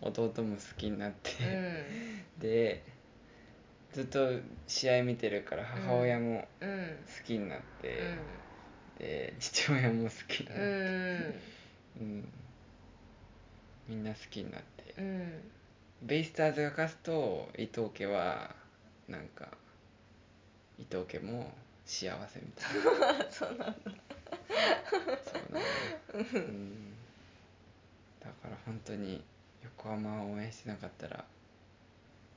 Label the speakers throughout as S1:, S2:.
S1: 弟も好きになって、
S2: うん
S1: でずっと試合見てるから母親も
S2: うん
S1: 好きになって、で父親も好きになっ
S2: う
S1: て、
S2: ん
S1: うんみんな好きになって
S2: うん
S1: ベイスターズが勝つと伊藤家はなんか伊藤家も幸せみたいな そうなんだそうなんだ、うん、だから本当に横浜を応援してなかったら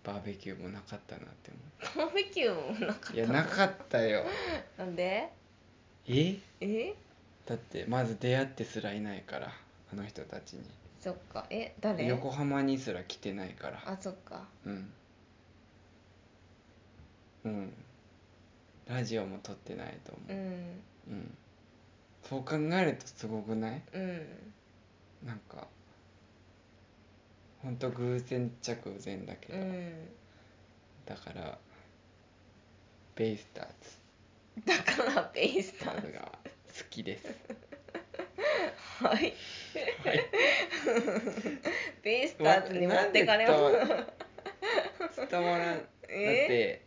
S1: バーベキューもなかったなって思
S2: バーベキューもなか
S1: ういやなかったよ
S2: なんで
S1: え
S2: え
S1: だってまず出会ってすらいないからあの人たちに
S2: そっかえ誰
S1: 横浜にすら来てないから
S2: あそっか
S1: うんうんラジオも撮ってないと思
S2: う
S1: う、
S2: ん
S1: うんそう考えるとすごくない
S2: うん
S1: なんかほんと偶然っちゃ偶然だけ
S2: う
S1: ど、
S2: ん
S1: だからベイスター
S2: だからベイスター
S1: ズが好き です
S2: ズはい
S1: はい
S2: ベイスターズに持ってかれま
S1: わ
S2: す
S1: なんで伝わ伝わらんだっ
S2: え
S1: て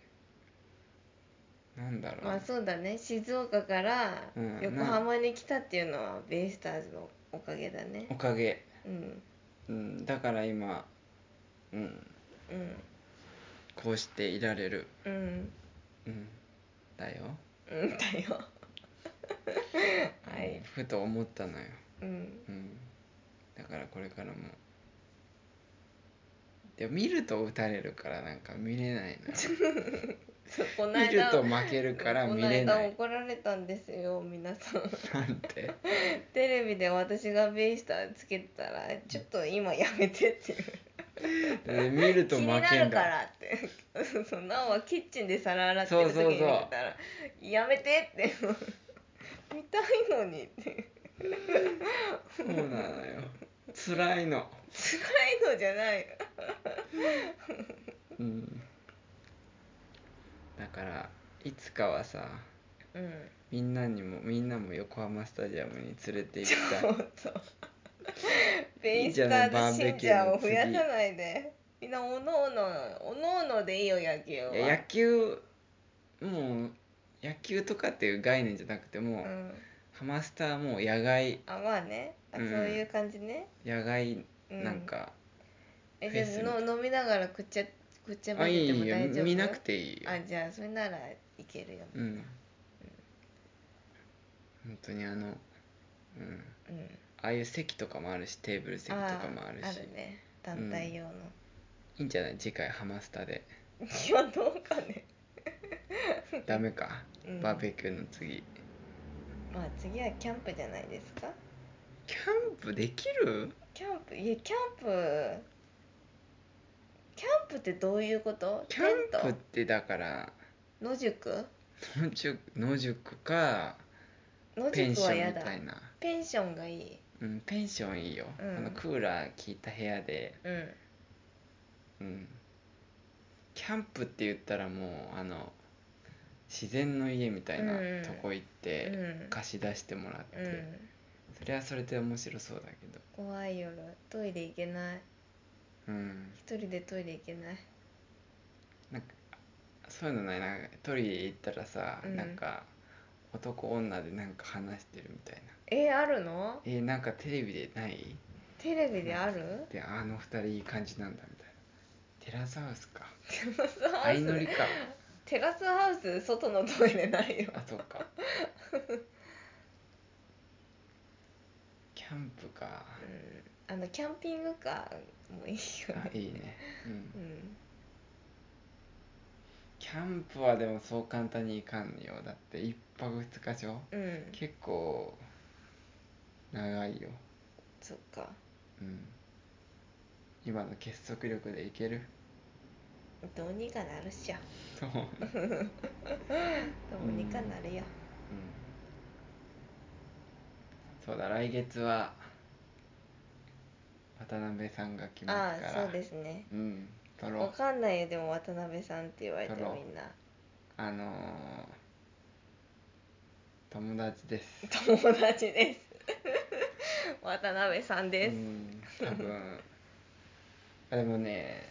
S1: なんだろうな、
S2: まあそうだね静岡から
S1: うん
S2: 横浜に来たっていうのはベイスターズのおかげだね
S1: おかげ
S2: うん
S1: うん、だから今、うん、
S2: うん
S1: こうしていられる、
S2: うん
S1: うん、だよ、
S2: うんだよはい
S1: ふと思ったのよ、
S2: うん
S1: うん、だからこれからもでも見ると打たれるからなんか見れない
S2: そうこ
S1: の
S2: の
S1: よ見る
S2: 間
S1: と負けるから見れな
S2: こ
S1: い
S2: の間怒られたんですよ皆さん
S1: なんて
S2: テレビで私がベイスターつけてたらちょっと今やめてっていう
S1: で見る
S2: 気
S1: と負
S2: に
S1: けん
S2: な
S1: だ
S2: るからって そんなおはキッチンで皿洗ってる時に
S1: そう
S2: 見
S1: そう
S2: てた
S1: そう
S2: らやめてって 見たいのにって
S1: そうなのよ辛いの
S2: 辛いのじゃない
S1: うんだからいつかはさ
S2: うん
S1: みんなにもみんなも横浜スタジアムに連れて行きたい
S2: そうそうベ
S1: い
S2: イ
S1: いじ
S2: ス
S1: ゃ
S2: タ
S1: ない
S2: ーズ信者を増やさ
S1: バ
S2: ないでみんなおのおのおのおのでいいよ野球はい
S1: や野球もう野球とかっていう概念じゃなくてもう、
S2: うん、
S1: ハマスターもう野外
S2: あまあねあ、
S1: うん
S2: そういう感じね、
S1: 野外
S2: う
S1: なんか、
S2: え
S1: フェス
S2: じゃあの飲みながらくっちゃくっちゃ
S1: あ
S2: べ
S1: い
S2: れて
S1: い
S2: も
S1: よ
S2: 大丈夫
S1: 見なくていいよ
S2: あじゃあそれならいけるよ
S1: うん本当にあのうん
S2: うん
S1: ああいう席とかもあるしテーブル席とかもあるし
S2: あるね団体用の、
S1: いいんじゃない次回ハマスター で
S2: いやどうかね
S1: ダメか、
S2: うん
S1: バーベキューの次
S2: まあ次はキャンプじゃないですか
S1: キャンプできる
S2: キャンプいやキャンプキャンプってどういうこと
S1: キャン
S2: テ
S1: プっ
S2: ン
S1: てだから
S2: ト野宿
S1: 野宿野宿か
S2: 野
S1: ペン
S2: 宿
S1: シ
S2: は
S1: ョン
S2: や
S1: み
S2: だ
S1: たいな
S2: ペンションがいい
S1: うん、ペンションいいよ、
S2: うん
S1: あのクーラー効いた部屋で、
S2: うん
S1: うん、キャンプって言ったらもうあの自然の家みたいな
S2: うん
S1: とこ行って、
S2: うん
S1: 貸し出してもらって、
S2: うん
S1: それはそれで面白そうだけど、
S2: 怖い夜トイレ行けない
S1: うん、
S2: 一人でトイレ行けない
S1: なんかそういうのないなんかトイレ行ったらさ、
S2: うん
S1: なんか男女でなんか話してるみたいな
S2: えあるの
S1: えなんかテレビでない
S2: テレビである
S1: であの二人いい感じなんだみたいなテラスハウスか
S2: テラスハウ
S1: 相乗り
S2: ス
S1: か
S2: テラスハウス外のトイレないよ
S1: あそうかキャンプか
S2: うんあのキャンピングカーもいいよ
S1: あ
S2: ね
S1: いいね、うん
S2: う、ん
S1: キャンプはでもそう簡単にいかんよだって1泊2日でしょ
S2: うん
S1: 結構長いよ、
S2: そっか
S1: うん、今の結束力でいける
S2: どうにかなるっしょ
S1: そうね、
S2: どうにかなるよ
S1: うん、そうだ来月は渡辺さんが来ま
S2: あ
S1: すか
S2: あ
S1: ら
S2: そうですね
S1: うん撮ろ
S2: わ
S1: う
S2: かんないよでも渡辺さんって言われて
S1: だろ
S2: みんな
S1: あのー、友達です。
S2: 友達 です渡辺さんです、
S1: うん、多分あでもね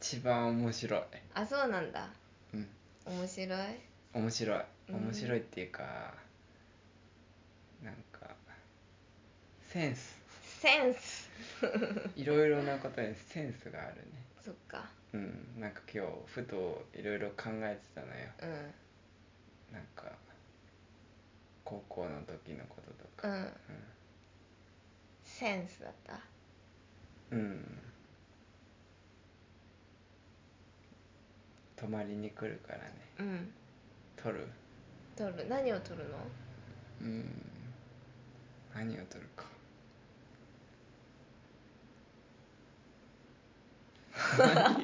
S1: 一番面白い
S2: あそうなんだ
S1: うん
S2: 面白い
S1: 面白い
S2: うん
S1: 面白いっていうか、なんかセンス
S2: センス
S1: いろいろなことにセンスがあるね
S2: そっか
S1: うんなんか今日ふといろいろ考えてたのよ
S2: うん
S1: なんか高校の時のことと
S2: う
S1: か
S2: んセンスだった
S1: うん、うん泊まりに来るからね
S2: うん
S1: 撮る
S2: 撮る何を撮るの
S1: うん何を撮る か何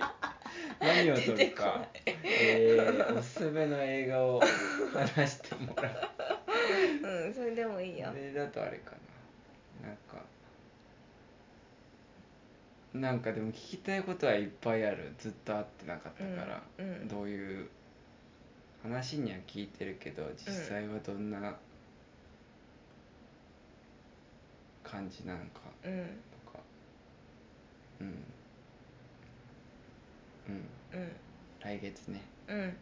S1: 何を撮るかえー、おすすめの映画を話してもらう
S2: うんそれでもいいよ
S1: あれだとあれかななんかなんかでも聞きたいことはいっぱいあるずっと会ってなかったから、
S2: うんうん
S1: どういう話には聞いてるけど実際はどんな感じなのか
S2: うん
S1: とかうんうん
S2: うん
S1: 来月ね
S2: うん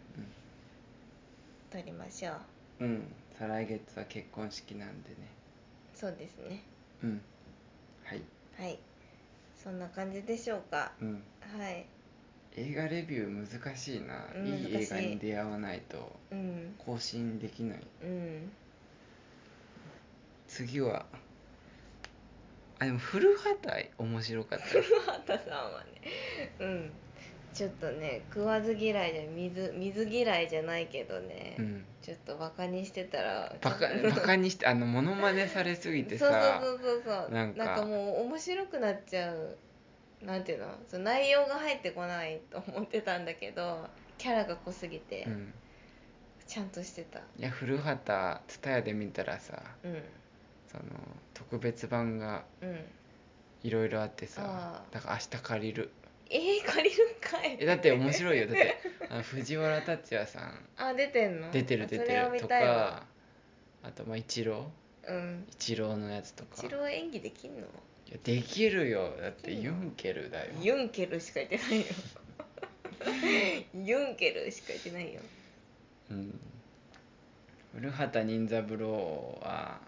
S2: 撮りましょう
S1: うん再来月は結婚式なんでね
S2: そうですね
S1: うんはい
S2: はいそんな感じでしょうか
S1: うん
S2: はい
S1: 映画レビュー難しいな、
S2: うん
S1: いい映画
S2: 難しい
S1: に出会わないと
S2: うん
S1: 更新できない
S2: うん
S1: 次はあでも古畑面白かった
S2: 畑さんはねうんちょっとね食わず嫌いじゃ水水嫌いじゃないけどね、
S1: うん
S2: ちょっとバカにしてたら
S1: バカバカにしてあのモノマネされすぎて
S2: そう
S1: さ
S2: そうそうそうそう
S1: なんか
S2: もう面白くなっちゃうなんていうのその内容が入ってこないと思ってたんだけどキャラが濃すぎて、
S1: うん、
S2: ちゃんとしてた
S1: いや古畑蔦屋で見たらさ
S2: うん
S1: その特別版が
S2: うん
S1: いろいろあってさ
S2: あー
S1: だから明日借りる
S2: えー、借りるんかい
S1: えだって面白いよだっ てあの藤原達也さん
S2: あ出てんの
S1: 出てる出て
S2: それは
S1: る
S2: 見
S1: と
S2: たいわ
S1: かあとまあ一郎
S2: うん
S1: 一郎のやつとか
S2: 一郎演技できんの
S1: いやできるよだって
S2: できる
S1: ユ
S2: の
S1: ンケルだよ
S2: ユンケルしか言ってないよユンケルしか言ってないよ
S1: うん古畑任三郎は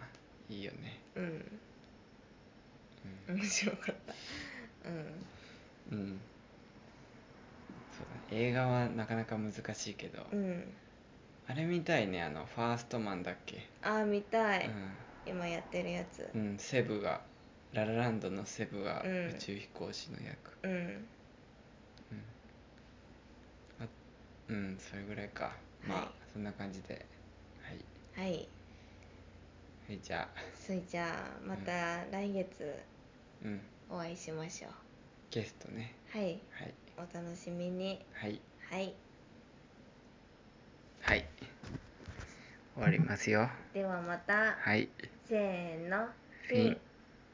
S1: いいよね
S2: うん面白かったうん
S1: うんそうだね映画はなかなか難しいけど、
S2: うん
S1: あれみたいねあのファーストマンだっけ、
S2: あー見たい、今やってるやつ
S1: うん、うん、セブがララランドのセブが
S2: うん
S1: 宇宙飛行士の役
S2: うん
S1: うん、それぐらいかまあ、
S2: はい
S1: そんな感じではい、
S2: はい
S1: はい、じゃあ
S2: それじゃあまた来月
S1: うん
S2: お会いしましょう
S1: ゲストね
S2: はい
S1: はい
S2: お楽しみに
S1: はい
S2: はい
S1: はい終わりますよ
S2: ではまた
S1: はい
S2: せーの
S1: フィン